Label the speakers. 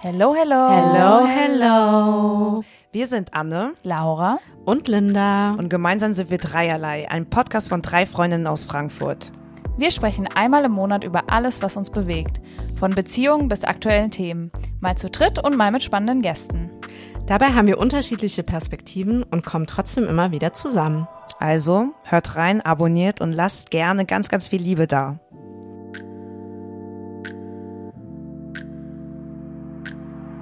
Speaker 1: Hello, hello.
Speaker 2: Oh, Hello, hello.
Speaker 3: Wir sind Anne
Speaker 1: Laura.
Speaker 2: Und Linda.
Speaker 3: und gemeinsam sind wir Dreierlei, ein Podcast von drei Freundinnen aus Frankfurt.
Speaker 1: Wir sprechen einmal im Monat über alles, was uns bewegt. Von Beziehungen bis aktuellen Themen. Mal zu dritt und mal mit spannenden Gästen.
Speaker 2: Dabei haben wir unterschiedliche Perspektiven und kommen trotzdem immer wieder zusammen.
Speaker 3: Also hört rein, abonniert und lasst gerne ganz, ganz viel Liebe da.